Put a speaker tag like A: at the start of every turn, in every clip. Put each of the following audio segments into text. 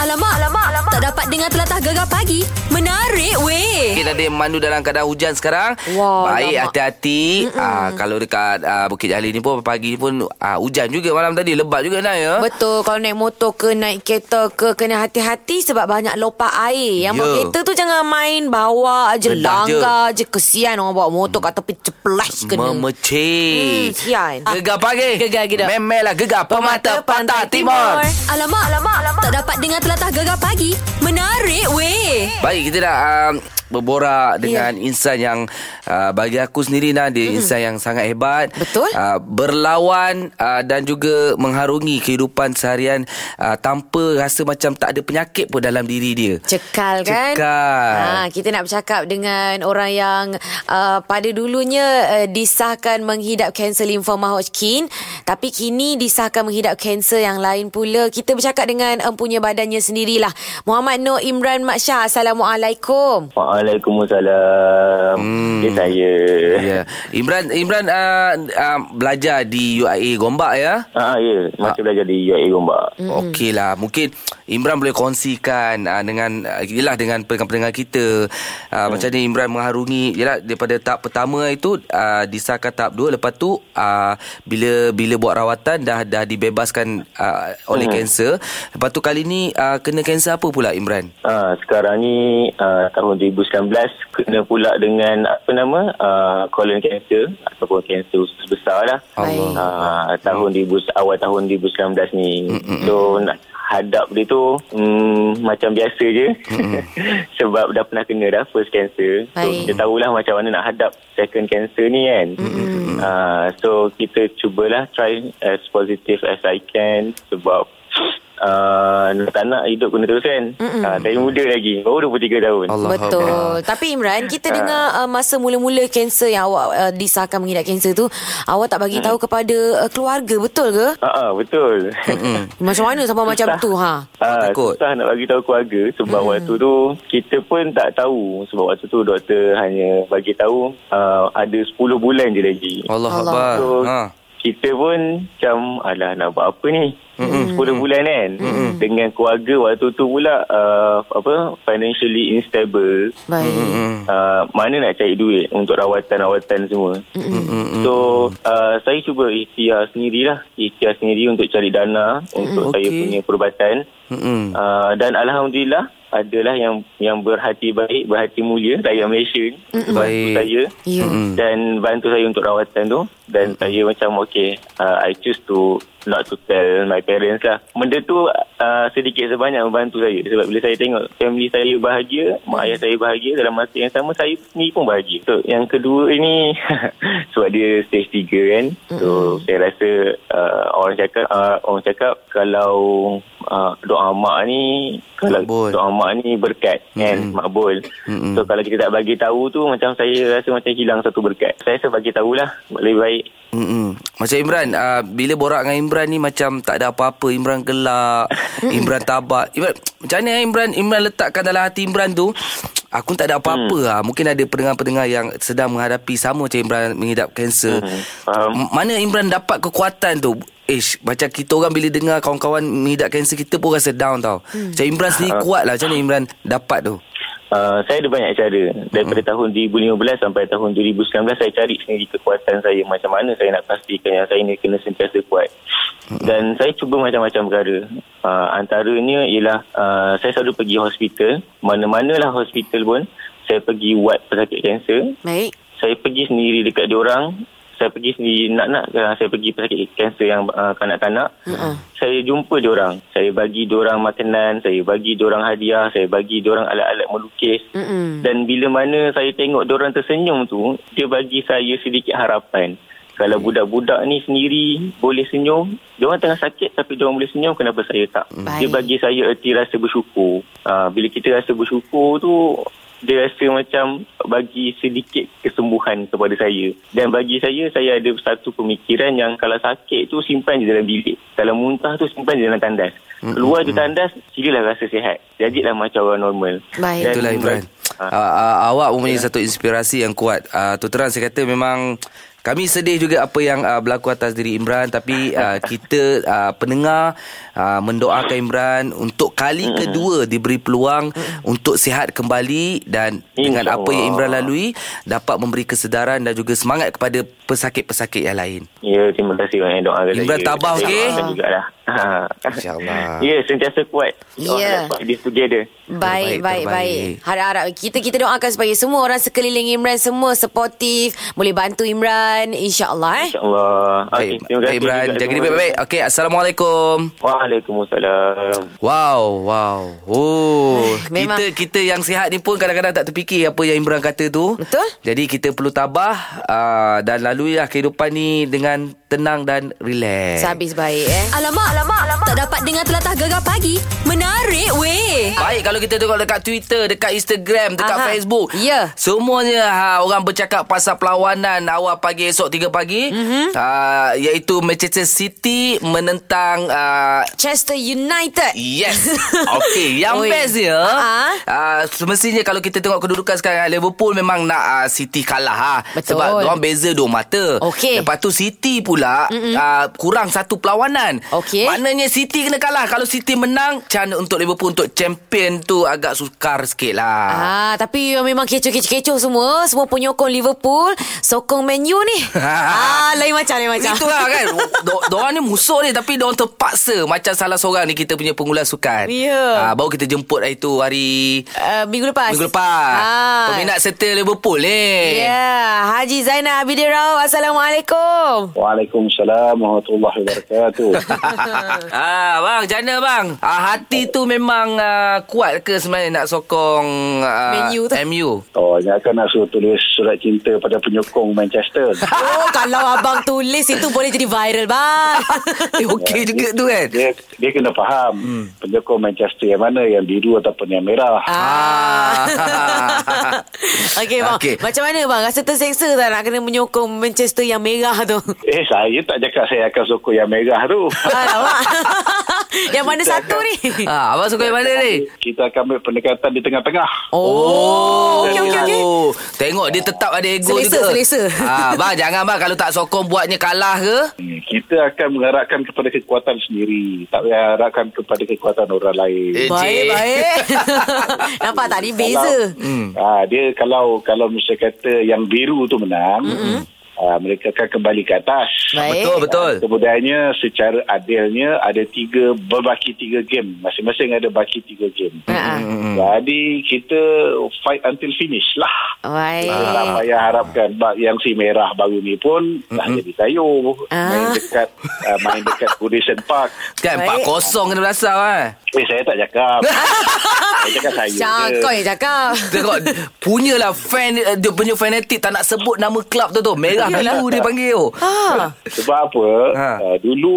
A: Alamak, alamak, alamak. Tak dapat dengar telatah gegar pagi. Menarik weh.
B: Okey tadi Mandu dalam keadaan hujan sekarang.
A: Wah,
B: Baik
A: lama.
B: hati-hati. Ah kalau dekat ah, Bukit Jalil ni pun pagi ni pun ah, hujan juga malam tadi lebat juga nak ya.
C: Betul kalau naik motor ke naik kereta ke kena hati-hati sebab banyak lopak air.
B: Ya.
C: Yang yeah. bawa kereta tu jangan main bawa aje
B: Rendah je.
C: langgar je. kesian orang bawa motor kat tepi ceplas kena.
B: Memecih.
C: Hmm, sian.
B: Gegar pagi.
C: Gegar kita.
B: Memelah gegar pemata, pantai, timur.
A: Alamak, alamak, alamak. Tak dapat dengar telatah gegar pagi. Menarik weh.
B: Baik, kita dah um,
C: Ya.
B: berborak dengan insan yang uh, bagi aku sendiri nah dia insan yang sangat hebat.
C: Betul.
B: Uh, berlawan uh, dan juga mengharungi kehidupan seharian uh, tanpa rasa macam tak ada penyakit pun dalam diri dia.
C: Cekal kan?
B: Cekal.
C: Ha, kita nak bercakap dengan orang yang uh, pada dulunya uh, disahkan menghidap kanser limfoma Hodgkin tapi kini disahkan menghidap kanser yang lain pula. Kita bercakap dengan empunya badannya sendirilah. Muhammad Noor Imran Mat Shah. Assalamualaikum.
D: Waalaikumsalam. Hmm. Dia saya.
B: Ya. Imran Imran uh, uh, belajar di UIA Gombak ya.
D: Ah, ya. Masih belajar di UIA Gombak.
B: Mm-hmm. Okeylah mungkin Imran boleh kongsikan uh, dengan uh, yalah dengan pendengar-pendengar kita uh, mm. macam ni Imran mengharungi yalah daripada tahap pertama itu uh, disahkan tahap 2 lepas tu uh, bila bila buat rawatan dah dah dibebaskan uh, oleh mm. kanser lepas tu kali ni uh, kena kanser apa pula Imran
D: Ah, sekarang ni ah, tahun 2019 kena pula dengan apa nama? Ah, colon cancer ataupun kanser usus besar lah.
B: Allah.
D: Ah, tahun 2000 awal tahun 2019 ni. So nak hadap dia tu mm, macam biasa je sebab dah pernah kena dah first cancer so
C: Baik.
D: kita
B: Hmm.
D: tahulah macam mana nak hadap second cancer ni kan
B: Hmm.
D: uh, so kita cubalah try as positive as I can sebab uh, tak nak hidup kena terus kan uh, saya muda lagi baru
B: Hmm.
D: 23 tahun
B: Allah
C: Betul. Tapi Imran, kita dengar uh, masa mula-mula kanser yang awak uh, disahkan mengidap kanser tu, awak tak bagi tahu kepada uh, keluarga, betul ke?
D: Ah, ah, betul.
C: Macam mana sampai macam
D: Susah.
C: tu ha?
D: Ah,
B: Hmm. Takut.
D: susah nak bagi tahu keluarga sebab hmm. waktu tu kita pun tak tahu sebab waktu tu doktor hanya bagi tahu uh, ada 10 bulan je lagi.
B: Allah
C: Allah.
B: Akbar
D: So
B: ha
D: kita pun macam alah nak buat apa ni? Mm-hmm. 10 bulan kan. Mm-hmm. Dengan keluarga waktu tu pula uh, apa financially instable.
C: Baik.
B: Mm.
D: Uh, mana nak cari duit untuk rawatan-rawatan semua. Mm-hmm. So uh, saya cuba ikhtiar sendirilah. Ikhtiar sendiri untuk cari dana
B: Mm, Okey. Mm.
D: untuk saya punya perubatan.
B: Mm-mm.
D: Uh, dan alhamdulillah adalah yang yang berhati baik, berhati mulia rakyat Malaysia bantu
B: Baik.
D: saya
C: Ya.
D: dan bantu saya untuk rawatan tu dan saya macam okay uh, I choose to not to tell my parents lah benda tu uh, sedikit sebanyak membantu saya sebab bila saya tengok family saya bahagia mak ayah saya bahagia dalam masa yang sama saya sendiri pun bahagia so yang kedua ini sebab dia stage 3 kan so saya rasa uh, orang cakap uh, orang cakap kalau uh, doa mak ni kalau
B: Makbul.
D: doa mak ni berkat kan makbul so kalau kita tak bagi tahu tu macam saya rasa macam hilang satu berkat saya rasa bagi tahulah lebih baik
B: Mm-mm. Macam Imran uh, Bila borak dengan Imran ni Macam tak ada apa-apa Imran gelak Imran tabak Imran, Macam mana eh, Imran Imran letakkan dalam hati Imran tu Aku tak ada apa-apa
D: Hmm.
B: mm. lah. Mungkin ada pendengar-pendengar Yang sedang menghadapi Sama macam Imran Mengidap kanser
D: Hmm, faham.
B: M- Mana Imran dapat kekuatan tu Ish Macam kita orang bila dengar Kawan-kawan mengidap kanser Kita pun rasa down tau mm.
D: Hmm.
B: Macam Imran sendiri kuat lah Macam mana Imran dapat tu
D: Uh, saya ada banyak cara daripada tahun 2015 sampai tahun 2019 saya cari sendiri kekuatan saya macam mana saya nak pastikan yang saya ni kena sentiasa kuat dan saya cuba macam-macam perkara uh, antaranya ialah uh, saya selalu pergi hospital mana-manalah hospital pun saya pergi ward pesakit kanser
C: Baik.
D: saya pergi sendiri dekat diorang saya pergi sendiri nak-nak uh, saya pergi pesakit kanser yang uh, kanak-kanak uh-uh. saya jumpa diorang saya bagi diorang makanan saya bagi diorang hadiah saya bagi diorang alat-alat melukis
C: Mm-mm.
D: dan bila mana saya tengok diorang tersenyum tu dia bagi saya sedikit harapan kalau budak-budak ni sendiri boleh senyum diorang tengah sakit tapi diorang boleh senyum kenapa saya tak
C: Hmm. Baik.
D: dia bagi saya erti rasa bersyukur uh, bila kita rasa bersyukur tu dia rasa macam bagi sedikit kesembuhan kepada saya dan bagi saya saya ada satu pemikiran yang kalau sakit tu simpan je dalam bilik kalau muntah tu simpan je dalam tandas
C: Hmm,
D: keluar je tandas silalah rasa sihat jadilah macam orang normal
C: Baik.
D: Dan- ha. Ya.
B: Itulah Imran. Uh, uh, awak mempunyai satu inspirasi yang kuat. Uh, tu terang saya kata memang Kami sedih juga apa yang uh, berlaku atas diri Imran tapi uh, kita uh, pendengar uh, mendoakan Imran untuk kali kedua diberi peluang untuk sihat kembali dan dengan apa yang Imran lalui dapat memberi kesedaran dan juga semangat kepada pesakit-pesakit yang lain.
D: Ya, terima kasih banyak doa kepada
B: Imran
D: saya.
B: tabah,
D: Saya
B: okey?
D: doakan jugalah. Ha.
B: InsyaAllah.
D: Ya, sentiasa kuat.
C: Ya.
D: Yeah. This together.
B: Terbaik,
C: Baik, baik, baik.
B: terbaik.
C: Harap-harap kita kita doakan supaya semua orang sekeliling Imran semua supportive, boleh bantu Imran insya-Allah eh.
D: InsyaAllah. Okey,
B: Baik,
D: terima kasih.
B: baik Imran.
D: juga
B: Jaga diri
D: semua.
B: baik-baik. Okey, Assalamualaikum.
D: Waalaikumsalam.
B: Wow, wow. Oh,
C: Eh, memang-
B: kita kita yang sihat ni pun kadang-kadang tak terfikir apa yang Imran kata tu.
C: Betul.
B: Jadi kita perlu tabah uh, dan laluilah kehidupan ni dengan tenang dan relax.
C: Sehabis baik eh.
A: Alamak, alamak, alamak. Tak dapat dengar telatah gegar pagi. Menarik weh.
B: Baik kalau kita tengok dekat Twitter, dekat Instagram, dekat
C: Aha.
B: Aha. Facebook.
C: Ya.
B: Semuanya ha, orang bercakap pasal perlawanan awal pagi esok 3 pagi. Mm-hmm.
C: Mhm.
B: Uh, iaitu Manchester City menentang uh,
C: Chester United.
B: Yes Okay Yang
C: Oi.
B: Oi. best dia
C: Ha?
B: uh, Semestinya kalau kita tengok kedudukan sekarang ah, Liverpool memang nak uh, City kalah ha.
C: Betul.
B: Sebab diorang beza dua mata
C: Okey.
B: Lepas tu City pula uh, Kurang satu perlawanan
C: Okey.
B: Maknanya City kena kalah Kalau City menang Macam untuk Liverpool Untuk champion tu Agak sukar sikit lah
C: Ah, tapi memang kecoh-kecoh semua, semua penyokong Liverpool, sokong Man U ni. ah, lain macam lain macam.
B: Itulah kan Do- Diorang ni musuh ni Tapi diorang terpaksa Macam salah seorang ni Kita punya pengulas sukan
C: Ya.
B: Ah, Baru kita jemput hari tu Hari
C: Uh, minggu lepas.
B: Minggu lepas
C: Ah.
B: Peminat serta Liverpool
C: Ya,
B: eh
C: yeah. Haji Zainal Abidin Rao. Assalamualaikum.
E: Waalaikumsalam warahmatullahi wabarakatuh.
B: ah, bang, macam mana bang? Ah, hati tu memang ah, kuat ke sebenarnya nak sokong ah,
C: Man U tu?
B: MU?
E: oh, ni akan nak suruh tulis surat cinta pada penyokong Manchester.
C: Oh, kalau abang tulis itu boleh jadi viral, bang.
B: Eh, okey juga tu kan?
E: Dia dia kena faham hmm. penyokong Manchester yang mana yang biru ataupun yang merah.
C: Ah.
B: Ah.
C: Okey bang.
B: Okey.
C: Macam mana bang? Rasa terseksa tak nak kena menyokong Manchester yang merah tu?
E: Eh saya tak cakap saya akan sokong yang merah tu.
C: Alamak. Ah, yang mana satu ni?
B: ah, abang sokong yang mana ni?
E: Kita akan ambil pendekatan di tengah-tengah.
C: Oh, okey okey okey.
B: Oh, Tengok dia tetap ada ego
C: Selesa,
B: juga.
C: selesa.
B: Ah, bang, jangan bang kalau tak sokong buatnya kalah ke?
E: Hmm, Kita akan mengharapkan kepada kekuatan sendiri. Tak payah harapkan kepada kekuatan orang lain.
B: Eh,
C: Baik
B: Encik.
C: baik. Nampak tak ni beza.
E: Hmm. Ha, dia kalau kalau mesti kata yang biru tu menang, mm-hmm. ha, mereka akan kembali ke atas.
C: Eh, Baik.
B: Betul, betul.
E: Kemudiannya secara adilnya ada tiga berbaki tiga game. Masing-masing ada baki tiga game.
C: Ha-ha.
E: Mm-hmm. Jadi kita fight until finish lah.
C: Eh.
E: Tak
C: Baik.
E: payah harapkan Bak yang si merah baru ni pun mm-hmm. dah jadi sayur.
C: Ah.
E: Main dekat uh, main dekat Goodison Park.
B: Kan
C: Baik.
B: 4-0 kena belasah kan?
E: Eh saya tak cakap. saya cakap saya. je.
C: Cakap yang cakap.
B: Tengok punyalah fan eh, dia punya fanatik tak nak sebut nama klub tu tu. Merah biru dia panggil tu.
C: Ha.
E: Sebab apa?
B: Ha.
E: Ha. Uh, dulu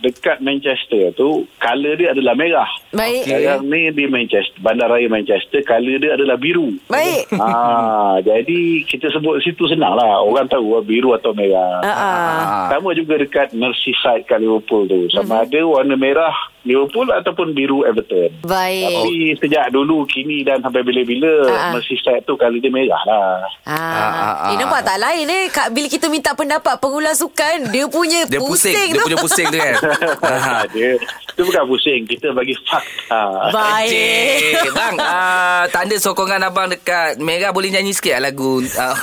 E: dekat Manchester tu, colour dia adalah merah.
C: Baik.
B: Okey.
E: Sekarang ni di Manchester, bandaraya Manchester, colour dia adalah biru.
C: Baik.
E: Ah, jadi kita sebut situ senang lah. Orang tahu lah biru atau merah.
C: Ha.
B: Ah.
E: Sama juga dekat Merseyside kat Liverpool tu.
C: Mhm.
E: Sama ada warna merah Liverpool ataupun biru Everton.
C: Baik.
E: Tapi sejak dulu, kini dan sampai bila-bila,
C: Ah, ah.
E: Merseyside tu colour dia merah lah.
B: Ah, ah,
C: Ah, eh,
B: ah,
C: nampak tak lain eh Kak, Bila kita minta pendapat pengulas sukan Dia punya
B: Dia pusing,
C: pusing,
B: dia
C: tu
B: punya pusing tu kan. Ah.
E: dia, itu bukan pusing. Kita bagi fakta.
C: Baik
B: Cik, bang, ah, tanda sokongan abang dekat Merah boleh nyanyi sikit lah lagu ah,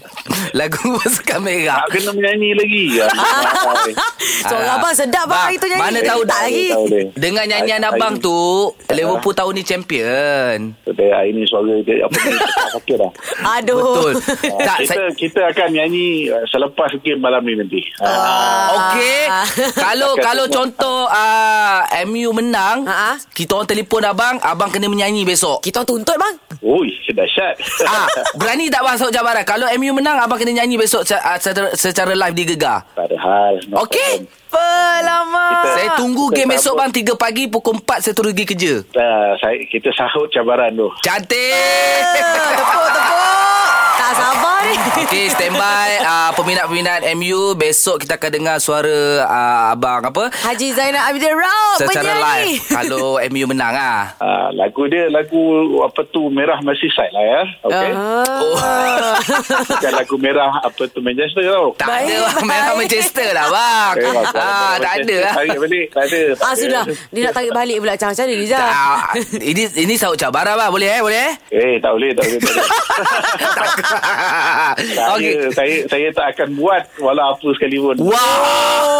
B: lagu pasukan Merah.
E: Tak kena menyanyi lagi. Alamak.
C: Seorang abang sedap bang hari tu nyanyi
B: Ah. Mana tahu
C: tak lagi
E: tahu dia.
B: Dengan nyanyian
E: Hari- hari
B: abang
E: ni.
B: tu Liverpool tahun ni champion
E: Tapi hari ni suara dia apa ni tak sakit dah.
C: Aduh
B: Betul
E: Ah,
B: Tak
E: kita,
B: saya,
E: kita akan nyanyi ah, selepas game malam ni nanti. Ah,
B: Okey Kalau
E: Takkan
B: kalau
E: semua.
B: contoh uh, MU menang
C: Ha-ha.
B: Kita orang telefon abang Abang kena menyanyi besok
C: Kita orang tuntut bang
E: Oi, dahsyat.
B: Ah, berani tak bang Saud Jabaran? Kalau MU menang abang kena nyanyi besok se- ah, secara, secara live di Gegar.
E: tak ada hal. No
B: Okey.
C: Pelama
E: Kita-
B: Saya tunggu
E: kita
B: game
E: sambut.
B: esok bang 3 pagi pukul 4 saya terus pergi kerja.
E: problem. Ah, saya, kita sahut cabaran tu.
B: Cantik.
C: Tepuk tepuk Tak tak sabar ni.
B: Okay, stand by uh, peminat-peminat MU. Besok kita akan dengar suara uh, abang apa?
C: Haji Zainal Abidin Raub
B: Secara live.
C: penyanyi.
B: Kalau MU menang ah.
E: Ah, lagu dia lagu apa tu merah masih side lah ya. Okey.
B: Oh,
C: Ah.
E: Bukan lagu merah apa tu Manchester tau.
B: Tak
C: Baik,
B: ada bang. Memang
C: baik.
B: Manchester lah bang.
E: Eh, kalau
B: ah, tak
E: Manchester
B: ada lah.
E: Tarik balik, tak ada. tak
C: Ah
E: ada.
C: sudah Dia nak tarik balik pula Macam mana Liza
B: Ah, ini ini saut cabar bang. Boleh eh? Boleh eh?
E: Eh, tak boleh, tak boleh. Tak boleh. saya,
B: Okey.
E: saya, saya tak akan buat walau apa sekalipun.
B: Wow.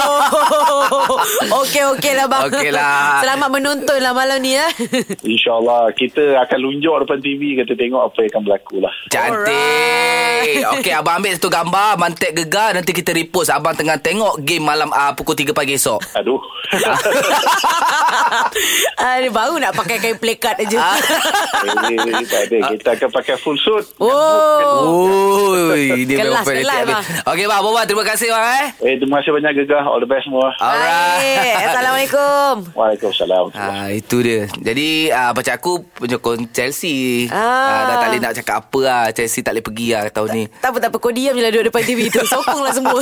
C: Oh Okey okey lah bang
B: Okey lah.
C: Selamat menonton lah malam ni eh.
E: InsyaAllah kita akan lunjuk depan TV kita tengok apa yang akan berlaku lah.
B: Cantik. Okey, abang ambil satu gambar mantek gegar nanti kita repost abang tengah tengok game malam uh, pukul 3 pagi esok.
E: Aduh. Eh,
C: Ah, Dia baru nak pakai kain plekat je
B: Ah.
E: eh, eh, eh, tak ada. Kita akan pakai full suit.
C: Oh
B: Oi, dia memang
C: Kelas,
B: fanatik
C: kelas,
B: habis.
C: bang.
B: lah, Okey bang, Boba terima kasih bang eh.
E: Eh, terima kasih banyak Gegah. All the best semua.
C: Ah. Baik Assalamualaikum
E: Waalaikumsalam.
B: Ah itu dia. Jadi ah macam aku penyokong Chelsea.
C: Ah.
B: Ah. dah tak boleh nak cakap apa lah. Chelsea tak boleh pergi lah tahun ni.
C: Tak apa tak apa Kau diam je lah Duduk depan TV tu Sokong lah semua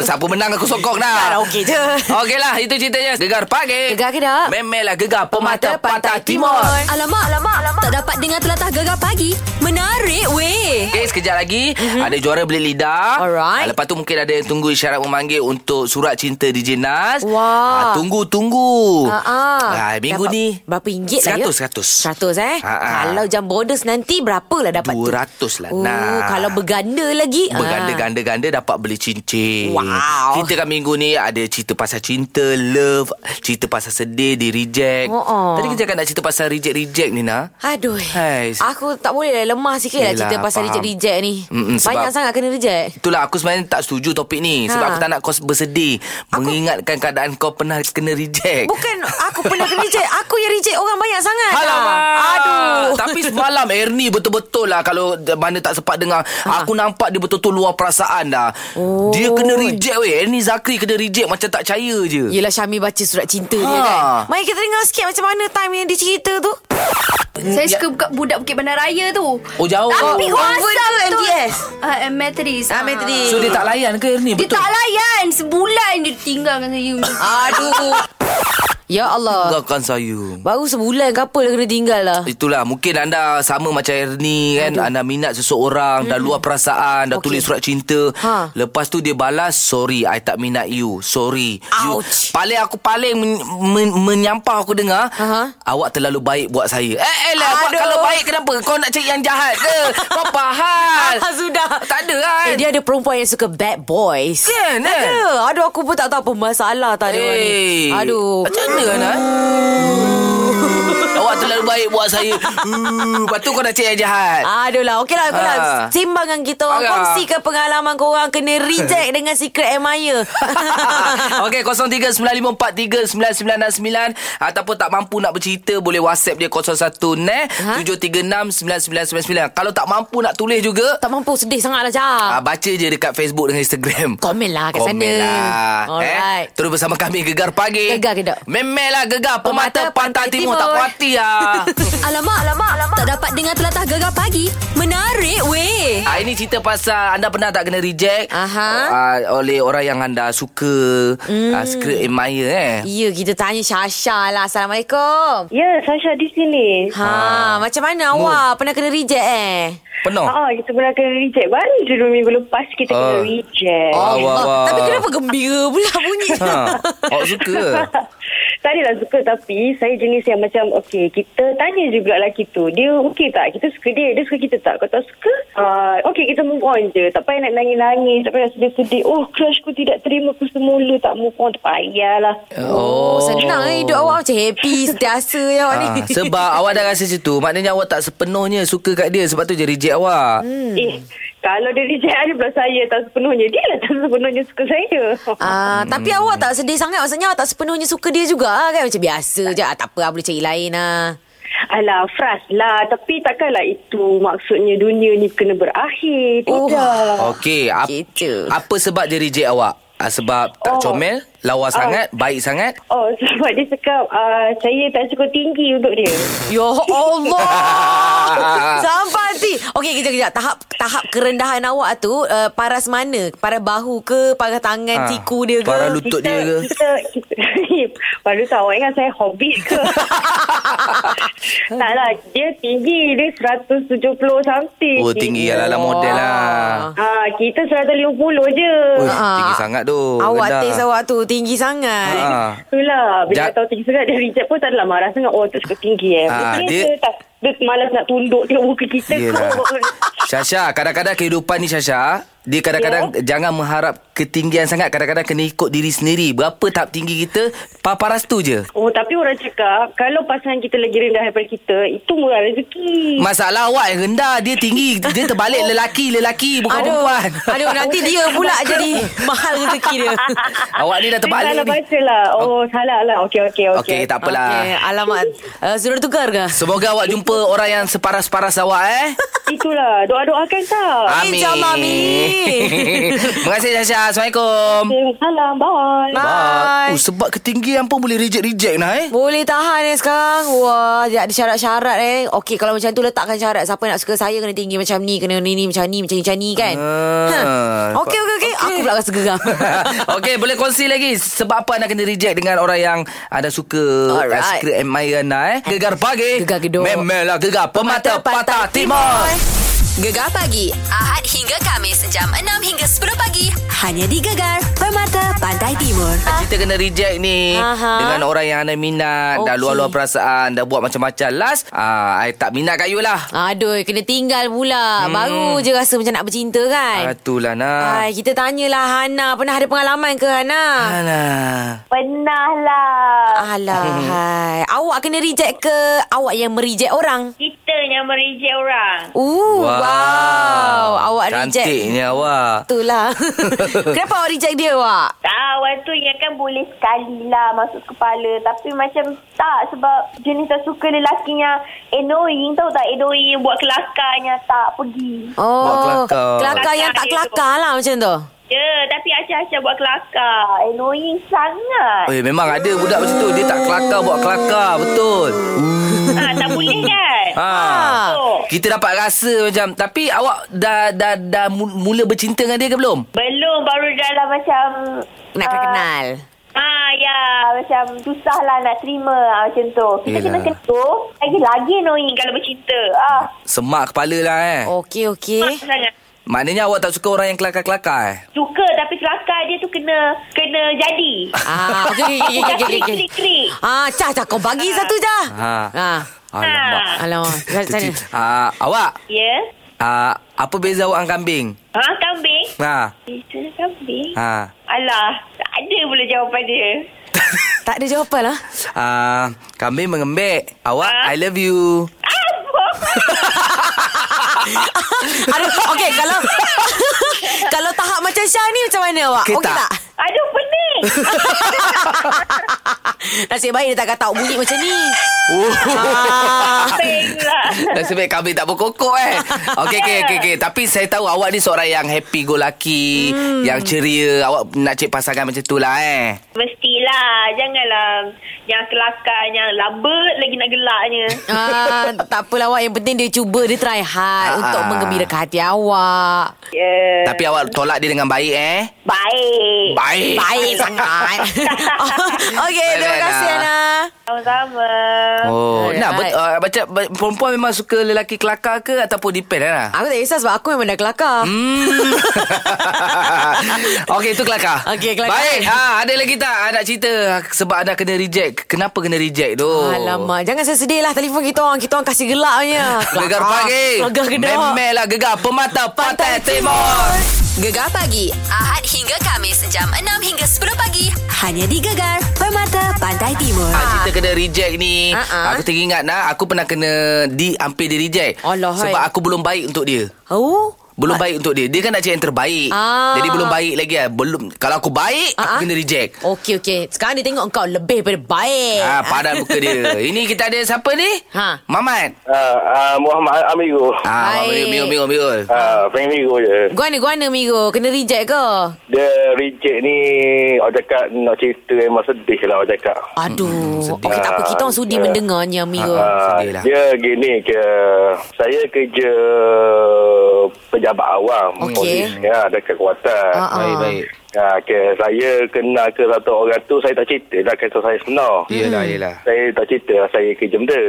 B: Siapa menang aku sokong dah.
C: Tak, dah okey je.
B: Okeylah itu ceritanya. Gegar pagi.
C: Gegar ke tak?
B: Memelah gegar pemata, pantai, timur.
A: Alamak, alamak, alamak. Tak dapat dengar telatah gegar pagi. Menarik weh.
B: Okey, sekejap lagi mm-hmm. ada juara beli lidah.
C: Mhm. Alright.
B: Ah, Lepas tu mungkin ada yang tunggu isyarat memanggil untuk surat cinta DJ Nas.
C: Wah.
B: Ah, tunggu tunggu.
C: Ha ah.
B: Ah, minggu
C: Dapat
B: ni
C: berapa ringgit lah ya?
B: 100 100.
C: 100 eh
B: Ha, ha.
C: Kalau jam bonus nanti Berapa lah dapat tu
B: 200 lah,
C: oh,
B: nak.
C: Kalau berganda lagi ah.
B: Berganda-ganda-ganda dapat beli cincin
C: Wow.
B: Kita kan minggu ni ada cerita pasal cinta, love Cerita pasal sedih, di reject
C: Oh, oh.
B: Tadi kita kan nak cerita pasal reject-reject ni nak
C: Aduh
B: Hai.
C: Aku tak boleh lah Lemah sikit lah
B: Yelah,
C: Cerita pasal
B: faham.
C: reject-reject ni
B: Mm-mm, sebab-
C: Banyak sangat kena reject
B: Itulah aku sebenarnya tak setuju topik ni Sebab
C: Ha.
B: aku tak nak kau bersedih aku... Mengingatkan keadaan kau pernah kena reject
C: Bukan aku pernah kena reject Aku yang reject orang banyak sangat
B: Alamak
C: Ah. Aduh
B: Tapi semalam Ernie betul-betul lah Kalau mana tak sempat dengar ha. Aku nampak dia betul-betul luar perasaan dah oh. Dia kena reject weh Ernie Zakri kena reject Macam tak percaya je
C: Yelah Syami baca surat cinta ha. dia
B: Ha.
C: kan Mari kita dengar sikit Macam mana time yang dia cerita tu
F: Saya suka buka budak Bukit Bandar Raya tu.
B: Oh jauh
F: Tapi
C: Oh,
F: WhatsApp
C: convert ke
F: tu
C: MTS?
F: Ah, uh, Metris.
C: Ah, Metris.
B: So dia tak layan ke Ernie
F: Dia
B: Betul
F: tak layan. Sebulan dia tinggalkan saya.
C: Aduh Ya Allah
B: Tinggalkan saya
C: Baru sebulan couple kena tinggal lah
B: Itulah mungkin anda sama macam Ernie kan Aduh. anda minat seseorang dah luar perasaan dah
C: Hmm. Okey.
B: okay. tulis surat cinta
C: Ha.
B: lepas tu dia balas sorry I tak minat you sorry you
C: Ouch.
B: paling aku paling men, men, menyampah aku dengar
C: Aha.
B: awak terlalu baik buat saya eh elah buat
C: Aduh.
B: kalau baik kenapa kau nak cari yang jahat ke apa hal
C: Ah, sudah.
B: tak ada kan
C: Eh dia ada perempuan yang suka bad boys
B: Kan, kan?
C: Ada Aduh aku pun tak tahu apa masalah tak ada orang ni
B: Eh,
C: Aduh
B: Macam mana Anas? Awak terlalu baik buat saya Uh, Lepas tu kau dah cek yang jahat
C: Aduh lah Okey lah, ha.
B: Ah.
C: Simbangan kita orang
B: Alah.
C: Kongsikan pengalaman korang Kena reject dengan secret admirer
B: Okey 0395439969 ataupun tak mampu nak bercerita boleh WhatsApp dia 01 ne
C: Ha?
B: 7369999. Kalau tak mampu nak tulis juga
C: Tak mampu sedih sangat lah Jah
B: ah, baca je dekat Facebook dengan Instagram.
C: Komen lah kat
B: Komen
C: sana
B: lah.
C: Alright
B: Eh? Terus bersama kami Gegar Pagi.
C: Gegar ke tak?
B: Memelah Gegar Pemata,
C: Pemata Pantai
B: Pantai, Timur.
C: Timur.
B: Tak puati lah.
A: Alamak, alamak, alamak. Tak dapat dengar telatah gegar pagi. Menarik weh.
B: Ah, ini cerita pasal anda pernah tak kena reject
C: Aha. Hmm.
B: ah, oleh orang yang anda suka, mm. ah, secret admirer eh.
C: Ya kita tanya Syasha lah Assalamualaikum
G: Ya, Sasha di sini.
C: Ha,
B: Ah.
C: macam mana awak pernah kena reject eh?
B: Penuh.
G: Ah, kita pernah kena reject. Baru je dua minggu lepas kita
B: Ah.
G: kena reject.
B: Wah, wah, Ah, wah.
C: Oh, Tapi kenapa gembira pula bunyi?
B: Ha. Awak suka ke?
G: tak adalah suka tapi saya jenis yang macam okey kita tanya je pula lelaki tu dia okey tak kita suka dia dia suka kita tak kau tak suka uh, okey kita move on je tak payah nak nangis-nangis tak payah sedih-sedih oh crush ku tidak terima ku semula tak move on tak payahlah
C: Oh, senang eh hidup awak macam happy sentiasa ya awak ni.
B: Ah, sebab awak dah rasa situ Maknanya awak tak sepenuhnya suka kat dia Sebab tu je reject awak hmm.
G: eh kalau dia reject ada pula saya tak sepenuhnya dia lah tak sepenuhnya suka saya
C: Ah, tapi
B: Hmm.
C: awak tak sedih sangat Maksudnya awak tak sepenuhnya suka dia juga ah, kan Macam biasa je ah, Tak apa boleh cari lain lah
G: Alah, fras lah. Tapi takkanlah itu maksudnya dunia ni kena berakhir.
C: Oh.
G: Tidak.
B: Okey ap-
C: Gitu.
B: Apa sebab dia reject awak? Ah, sebab tak
G: Oh.
B: comel Lawa sangat Baik sangat
G: Oh, sebab dia cakap ah, uh, saya tak cukup tinggi untuk dia.
C: Ya Allah Sampai hati Okey, kejap kejap. Tahap tahap kerendahan awak tu uh, paras mana? Paras bahu ke, paras tangan,
B: Ah,
C: siku dia ke?
B: paras lutut dia ke?
G: Kita, kita, Baru tak awak ingat saya hobbit ke? tak lah, dia tinggi. Dia 170 something.
B: Oh tinggi lah lah model lah.
G: Ah, kita 150 je.
B: Oh,
G: Ah.
B: tinggi sangat tu.
C: Awak
B: Oh, rendah.
C: taste awak tu tinggi sangat.
B: Ah.
G: Itulah Bila
B: Ja-
G: tahu tinggi sangat Dia reject pun tak adalah marah sangat Oh tu suka tinggi eh
B: Ah,
G: ha,
B: dia-
G: dia, dia, tak, dia malas nak tunduk Tengok muka kita Oh,
B: Yelah.
G: kot
B: Syasha, kadang-kadang kehidupan ni Syasha, dia kadang-kadang yeah. jangan mengharap ketinggian sangat. Kadang-kadang kena ikut diri sendiri. Berapa tahap tinggi kita, paparas tu je.
G: Oh tapi orang cakap Kalau pasangan kita lagi rendah daripada kita Itu murah rezeki
B: Masalah awak yang rendah, dia tinggi. Dia terbalik lelaki, lelaki bukan
C: Aduh,
B: perempuan.
C: aduh nanti dia pula jadi mahal rezeki dia.
B: awak ni dah
G: Saya
B: terbalik
G: salah
B: ni.
G: baca lah Oh salah lah Okey okey okey
B: Okey, tak apalah.
C: Okey, alamat. Uh, sudah tukar ke?
B: Semoga awak jumpa orang yang separas-paras awak eh.
G: Itulah Doa-doakan tak
B: Ah.
C: Insyaallah, amin.
B: Terima kasih Syasha. Assalamualaikum.
G: Okay, Salam Bye
C: Bye.
B: Oh, sebab ketinggian pun boleh reject-reject nah eh.
C: Boleh tahan eh sekarang Wah Dia ada syarat-syarat eh Okey kalau macam tu Letakkan syarat Siapa nak suka saya Kena tinggi macam ni Kena ni, ni macam ni Macam ni, macam ni kan
B: Ah,
C: ha. Okey okey okey Aku pula rasa geram
B: Okey, boleh kongsi lagi sebab apa anda kena reject dengan orang yang anda suka
C: Alright.
B: Alright. suka admire anda eh. Gegar pagi.
C: Gegar gedor.
B: Memelah gegar pemata, patah timur.
A: Gegar pagi Ahad hingga Kamis Jam 6 hingga 10 pagi Hanya di Gegar Permata Pantai Timur
B: Kita kena reject ni
C: Aha.
B: Dengan orang yang anda minat Dah
C: Okey.
B: luar-luar perasaan Dah buat macam-macam Last ah, I tak minat kat you lah
C: Aduh kena tinggal pula hmm. Baru je rasa macam nak bercinta kan
B: Itulah nak
C: Hai, kita tanyalah Hana Pernah ada pengalaman ke Hana?
B: Alah
G: Pernah lah
C: Alah hai. Awak kena reject ke Awak yang mereject orang?
G: Kita yang mereject orang
C: Ooh, wow. wow. Awak reject
B: Cantiknya awak
C: Itulah Kenapa awak reject dia awak?
G: Tak, awal tu yang kan boleh sekali lah masuk kepala. Tapi macam tak sebab jenis tak suka lelaki yang annoying tau tak? Annoying yang buat kelakarnya tak pergi.
B: Buat
C: Oh,
B: kelakar.
C: kelakar yang tak kelakar lah macam tu.
G: Ya, yeah, tapi Aisyah-Aisyah buat kelakar. Annoying sangat.
B: Eh memang ada budak macam tu Dia tak kelakar buat kelakar Betul
G: ha, tak boleh kan?
B: ha.
C: Ah.
G: Oh.
B: Kita dapat rasa macam Tapi awak dah, dah, dah mu- mula bercinta dengan dia ke belum?
G: Belum, baru dalam macam...
C: Nak
G: ah,
C: kenal.
G: Ah ya Macam susah lah nak terima ah, Macam tu Kita
B: Yelah.
G: kena ketuk Lagi-lagi annoying Kalau bercinta ah, lah.
B: Semak kepala lah eh oh.
C: Okey, okey.
G: Susah sangat
B: Maknanya awak tak suka orang yang kelakar-kelakar eh?
G: Suka tapi kelakar dia tu kena kena jadi.
C: Ah, okey, okey, okey, okey, okey.
G: Krik-krik.
C: Ah, Cah, Cah, kau bagi satu, Cah.
B: Ha.
C: Ha.
B: Alamak
C: Alamak, kat sana.
B: Ah, awak
G: Ya.
B: ah, Apa beza awak dengan kambing?
G: Ha, kambing?
B: Ha.
G: Itu kambing.
B: Ha.
G: Alah, tak ada pula jawapan dia.
C: Tak ada jawapan lah.
B: Ah, kambing mengembek. Awak I love you.
C: Aduh, okey, kalau... kalau tahap macam Syah ni macam mana awak?
B: Okey
C: Okey
B: tak?
C: tak?
G: Aduh, pening.
C: Nasib baik dia tak kata awak bunyi macam ni.
B: Oh.
C: Ah.
G: Pening lah.
B: Nasib baik kambing tak berkokok eh. Okey okey okey okey. Tapi saya tahu awak ni seorang yang happy go lucky, hmm. yang ceria. Awak nak cek pasangan macam tu lah eh.
G: Mestilah. Janganlah yang kelakar, yang lambat lagi nak gelaknya.
C: Ah, tak apalah awak Yang penting dia cuba Dia try hard
B: Ah,
C: Untuk
B: ah.
C: menggembirakan hati awak
G: Ya.
B: Tapi awak tolak dia dengan baik eh.
G: Baik.
B: Baik.
C: Baik sangat Oh, Okey
B: Baik,
C: terima
B: Ana.
C: kasih Ana
G: Sama-sama.
B: Oh,
C: Alright.
B: nah, bet, uh, macam be- perempuan memang suka lelaki kelakar ke ataupun depend lah.
C: Aku tak kisah sebab aku memang dah kelakar
B: Hmm. Okey, itu kelakar.
C: Okey, kelakar.
B: Baik, ha, ada lagi tak ah, nak cerita sebab anda kena reject? Kenapa kena reject tu?
C: Alamak Jangan saya sedih lah Telefon kita orang Kita orang kasih gelak je
B: Gegar pagi.
C: Ah, Gegar gedor
B: Memelah gegar pemata pantai,
C: Pantai
B: timur.
A: Gegar pagi Ahad hingga Kamis Jam 6 hingga 10 pagi Hanya di Gegar Permata Pantai Timur
B: Ah, cerita kena reject ni
C: Ah, ah.
B: Aku teringat nak Aku pernah kena di, Hampir di reject
C: Alah, hai.
B: Sebab aku belum baik untuk dia
C: Oh
B: belum baik untuk dia. Dia kan nak cari yang terbaik.
C: Ah.
B: Jadi belum baik lagi lah. Belum kalau aku baik,
C: Ah, ah.
B: aku kena reject.
C: Okey okey. Sekarang dia tengok kau lebih daripada baik.
B: Ah, padan muka dia. Ini kita ada siapa ni?
C: Eh. Ha.
B: Mamat.
D: Uh, uh, Muhammad Amirul.
B: Ah,
C: Baik.
B: Mirul, Mirul, Mirul.
D: Uh, Amirul je.
C: Guana-guana Miro Kena reject ke
D: Dia reject ni Orang cakap Nak cerita memang sedih lah Orang cakap
C: Aduh
B: Hmm, sedih. lah.
C: Okey tak apa Kita orang sudi
D: Ah,
C: mendengarnya Miro
D: Ah,
B: sedih lah.
D: Dia gini ke Saya kerja Pejabat awam
C: Okey.
D: Polis ya, Dekat kawasan
C: Ah, ah.
B: Baik, baik.
D: Ha, okay. Saya kenal ke satu orang tu Saya tak cerita dah Kisah saya sebenar
C: Hmm.
B: Yelah, yelah.
D: Saya tak cerita lah Saya kerja benda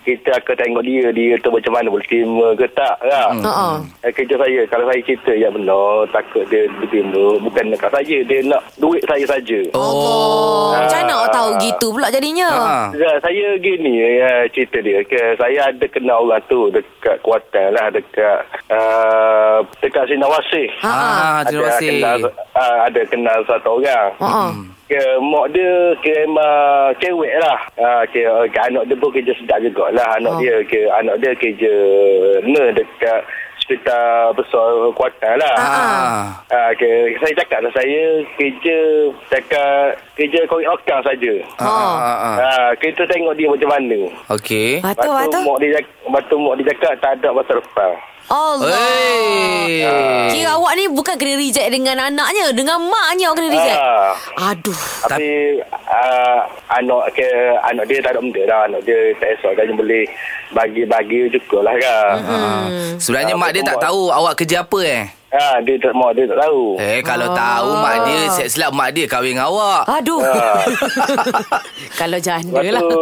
D: Kita akan tengok dia Dia tu macam mana Boleh terima ke tak lah.
C: Ha ah.
D: Eh, Kerja saya Kalau saya cerita yang benar Takut dia bertimba Bukan dekat saya Dia nak duit saya saja
C: Oh, macam mana awak tahu gitu pula jadinya?
B: Ah.
D: Ya, saya gini ya, cerita dia ke saya ada kenal orang tu dekat Kuantan lah dekat uh, dekat Sinawasih.
C: Ha.
B: Ah, terima
D: ada
B: kasih.
D: kenal uh, ada kenal satu orang.
C: Ha
D: Hmm.
C: ah.
D: Ke mak dia ke uh, cewek lah. Uh, ke, ke anak dia pun kerja sedap jugalah anak
B: Ah.
C: Oh.
D: dia ke anak dia kerja ne dekat hospital besar Kuantan lah.
B: Ah.
D: Ah, ke, saya cakap lah saya kerja cakap kerja korek lokal saja.
B: Ah, ah, ah.
D: Ah, kita tengok dia macam mana.
B: Okey.
C: Lepas tu,
D: Lepas
C: lepas
D: tu
C: tu.
D: mak dia cakap, lepas tu mak dia cakap tak ada masa lepas.
C: Allah.
B: Hey.
C: Kira awak ni bukan kena reject dengan anaknya, dengan maknya awak kena reject.
D: Ah.
C: Aduh.
D: Tapi uh, anak ke anak dia tak ada benda dah. Anak dia tak esok kan boleh bagi-bagi cukup lah kan.
B: Ah. Sebenarnya
D: Ah,
B: mak dia tak
D: betul.
B: tahu awak kerja apa eh.
D: Ah, dia tak mak dia tak tahu.
B: Eh kalau tahu mak dia silap mak dia kahwin dengan awak.
C: Aduh.
D: Ah.
C: Kalau janda
D: Lepas
C: lah.
D: tu,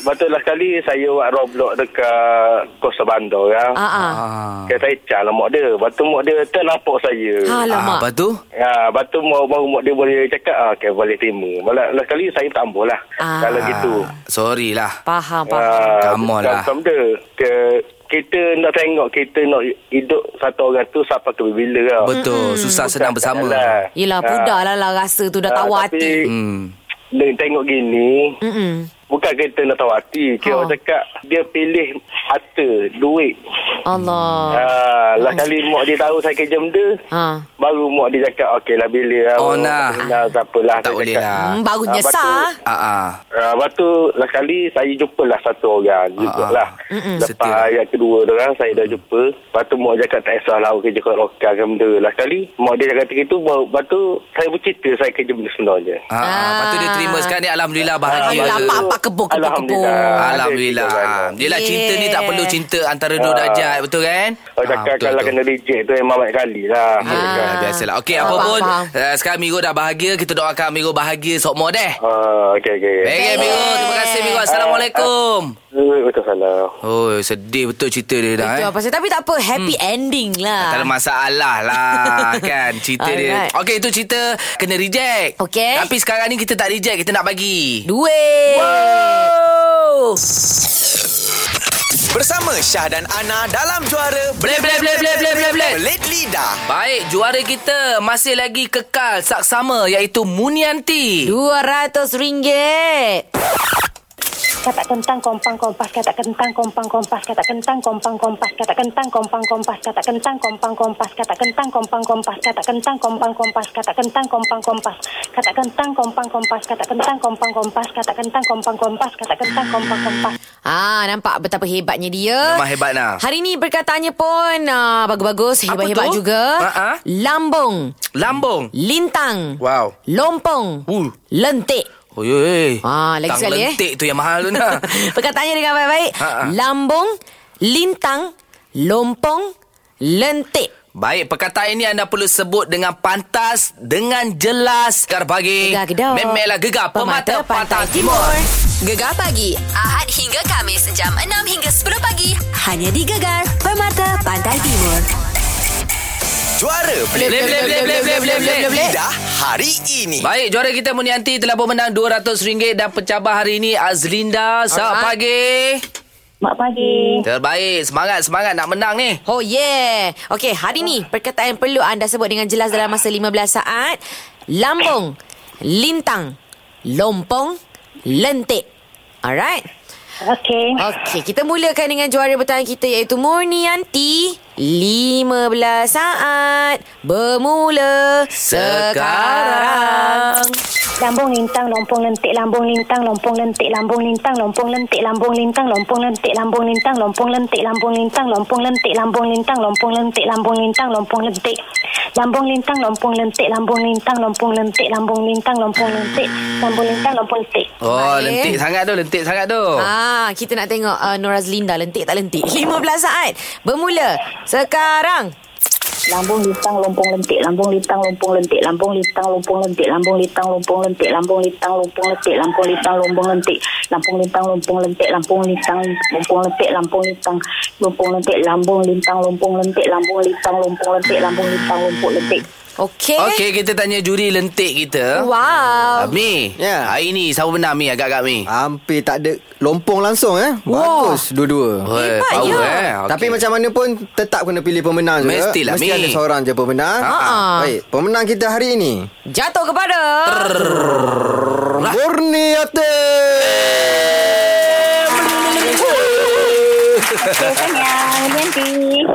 D: lepas tu lah kali saya buat roblox dekat Kosta Bandar kan.
C: Ha ah.
B: Ah.
D: Kata saya cah lah mak dia. Lepas tu mak dia tak nampak saya.
C: Ha.
B: Ah,
C: Alamak.
B: lepas tu?
D: Ya, lepas tu baru, baru mak dia boleh cakap, ah, okay, boleh terima. Malah last kali saya tambah lah.
C: Ah.
D: Kalau gitu.
B: Ah, sorry lah.
C: Faham, faham.
D: Ah,
B: Come on lah.
D: Macam dia. Ke, kita nak tengok, kita nak hidup satu orang tu sampai ke bila lah.
B: Betul, susah senang bersama.
D: Lah.
B: Ah.
C: Yelah, pudar lah, lah rasa tu dah
D: Ah,
C: tawar
D: tapi,
C: hati.
B: Hmm.
D: Dengan tengok gini,
C: Mm-mm.
D: bukan kita nak tahu hati. Kita
C: Ah.
D: orang cakap, dia pilih harta, duit.
C: Allah.
D: Ah, lah kali mak dia tahu saya kerja benda,
C: Oh. Ha.
B: Hmm.
D: baru mak dia cakap, okey lah bila lah.
B: Oh,
D: orang
B: nah.
D: tak kenal, siapa lah.
B: Tak
D: Dia
B: boleh
D: cakap.
B: lah.
C: Hmm, baru
D: Ah,
C: nyesal.
B: Ah ah.
D: Uh, lepas tu last kali saya jumpa lah satu orang juga
B: ah.
D: lah.
B: Mm-mm.
D: Lepas
B: Setia.
D: yang kedua tu orang saya dah jumpa. Lepas tu mak cakap tak kisah lah awak kerja kat lokal ke benda. Last kali mak dia cakap gitu baru- lepas tu saya bercerita saya kerja benda sebenarnya.
B: Ah, ah. Lepas tu dia terima sekarang ni Alhamdulillah bahagia.
C: Alhamdulillah,
B: ke?
C: apa-apa kebo-kebo-kebo.
D: Alhamdulillah.
B: Alhamdulillah.
D: Ada cerita
B: Ah,
D: banyak.
B: Yelah
C: Yeah.
B: cinta ni tak perlu cinta antara dua
D: Ah.
B: darjat, betul kan?
D: Orang cakap
B: betul,
D: kalau
B: betul.
D: kena reject tu memang banyak kali lah.
B: Ya,
D: Dia cakap.
B: ah. biasalah. Okey,
C: Faham,
B: apa pun
C: faham.
B: uh, sekarang Miro dah bahagia, kita doakan Miro bahagia sokmo deh.
D: Ah, okey okey.
B: Baik, Miro. Terima kasih Miro. Assalamualaikum.
D: Waalaikumsalam.
B: Oh, sedih betul cerita dia dah. eh.
C: Itu
B: Hmm.
C: apa Ah. pasal tapi tak apa, happy ending lah.
B: Tak ada masalah lah kan cerita dia.
C: Alright.
B: Okey itu cerita kena reject.
C: Okey.
B: Tapi sekarang ni kita tak reject, kita nak bagi.
C: Duit. Wow.
H: Bersama Syah dan Ana dalam juara
B: Bleh bleh bleh bleh bleh bleh bleh.
H: Belit Lidah.
B: Baik, juara kita masih lagi kekal saksama iaitu Munianti.
C: RM200.
I: Katak kentang kompang kompas katak kentang kompang kompas katak kentang kompang kompas katak kentang kompang kompas katak kentang kompang kompas katak kentang kompang kompas katak kentang kompang kompas katak kentang kompang kompas katak kentang kompang kompas katak kentang kompang kompas katak kentang kompang kompas katak kentang kompang kompas
C: Ah, nampak betapa hebatnya dia.
B: Memang hebat, Nah.
C: Hari ni perkataannya pun ah, bagus-bagus,
B: Apa
C: hebat-hebat
B: tu?
C: juga.
B: Ha, ha.
C: Lambung,
B: Lambung.
C: lintang,
B: Wow.
C: lompong,
B: Uh.
C: lentik.
B: Oh, yoi.
C: Ah, lagi
B: Tang
C: sekali, eh.
B: lentik tu yang mahal tu nak.
C: perkataannya dengan baik-baik.
B: Ha, ha.
C: Lambung, lintang, lompong, lentik.
B: Baik, perkataan ini anda perlu sebut dengan pantas, dengan jelas. Gegar pagi.
C: Gegar Gedor.
B: Memelah gegar pemata, pantai, timur.
A: Gegar pagi Ahad hingga Kamis Jam 6 hingga 10 pagi Hanya di Gegar Permata Pantai Timur
H: Juara
B: Bleh, bleh, bleh, bleh, bleh, bleh, bleh, bleh,
H: Belit
B: bleh.
H: Lidah hari ini.
B: Baik, juara kita Munianti telah pemenang RM200 dan pencabar hari ini Azlinda. Selamat pagi.
I: Mak pagi
B: Terbaik. Semangat, semangat nak menang ni.
C: Oh yeah. Okey, hari ni perkataan yang perlu anda sebut dengan jelas dalam masa 15 saat. Lambung, lintang, lompong, lentik. Alright.
I: Okey.
C: Okey, kita mulakan dengan juara bertahan kita iaitu Murnianti. 15 saat bermula sekarang.
I: Lambung lintang, lompong lentik, lambung lintang, lompong lentik, lambung lintang, lompong lentik, lambung lintang, lompong lentik, lambung lintang, lompong lentik, lambung lintang, lompong lentik, lambung lintang, lompong lentik, lambung lintang, lompong lentik. Lambung lintang, lompong lentik, lambung lintang, lompong lentik, lambung lintang, lompong lentik, lambung lintang, lompong lentik.
B: Oh,
C: Baik.
B: lentik sangat tu, lentik sangat tu.
C: Ah, kita nak tengok uh, Norazlinda lentik tak lentik. 15 saat bermula sekarang.
I: Lambung lintang, lompong lentik, lambung lintang, lompong lentik, lambung lintang, lompong lentik, lambung lintang, lompong lentik, lambung lintang, lompong lentik, lambung lintang, lompong lentik, lambung lintang, lompong lentik, lambung lintang, lompong lentik, lambung lintang, lompong lentik, lambung lintang, lompong lentik, lambung lintang, lompong lentik, lambung lintang, lompong lentik.
C: Okey.
B: Okey, kita tanya juri lentik kita. Ah,
C: Wow.
B: Mi,
J: Ya.
B: hari ni sama benar Mi agak-agak Mi.
J: Hampir tak ada lompong langsung eh. Bagus dua-dua.
B: Weh,
C: Hebat
B: power,
C: ya.
B: eh. Okey.
J: Tapi macam mana pun tetap kena pilih pemenang juga.
B: Mestilah,
J: Mesti
B: Mi. Ah.
J: ada seorang je pemenang.
B: Ha-ha.
J: Baik, pemenang kita hari ini
C: Jatuh kepada
J: Murni
I: Okey, sayang. Nanti.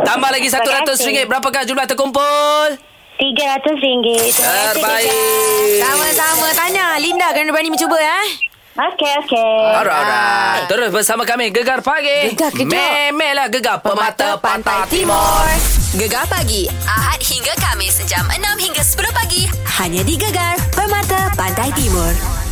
B: Tambah lagi RM100 Berapakah jumlah terkumpul?
I: RM300.
B: Terbaik
C: sama-sama Tanya Linda kerana berani mencuba eh.
I: Okey, okey.
B: Alright, alright Terus bersama kami Gegar Pagi
C: Gegar Kedok.
B: Memelah Gegar Pemata Pantai
C: Timur. Gegar pagi Ahad hingga Kamis jam 6 hingga 10 pagi hanya di Gegar Permata Pantai Timur.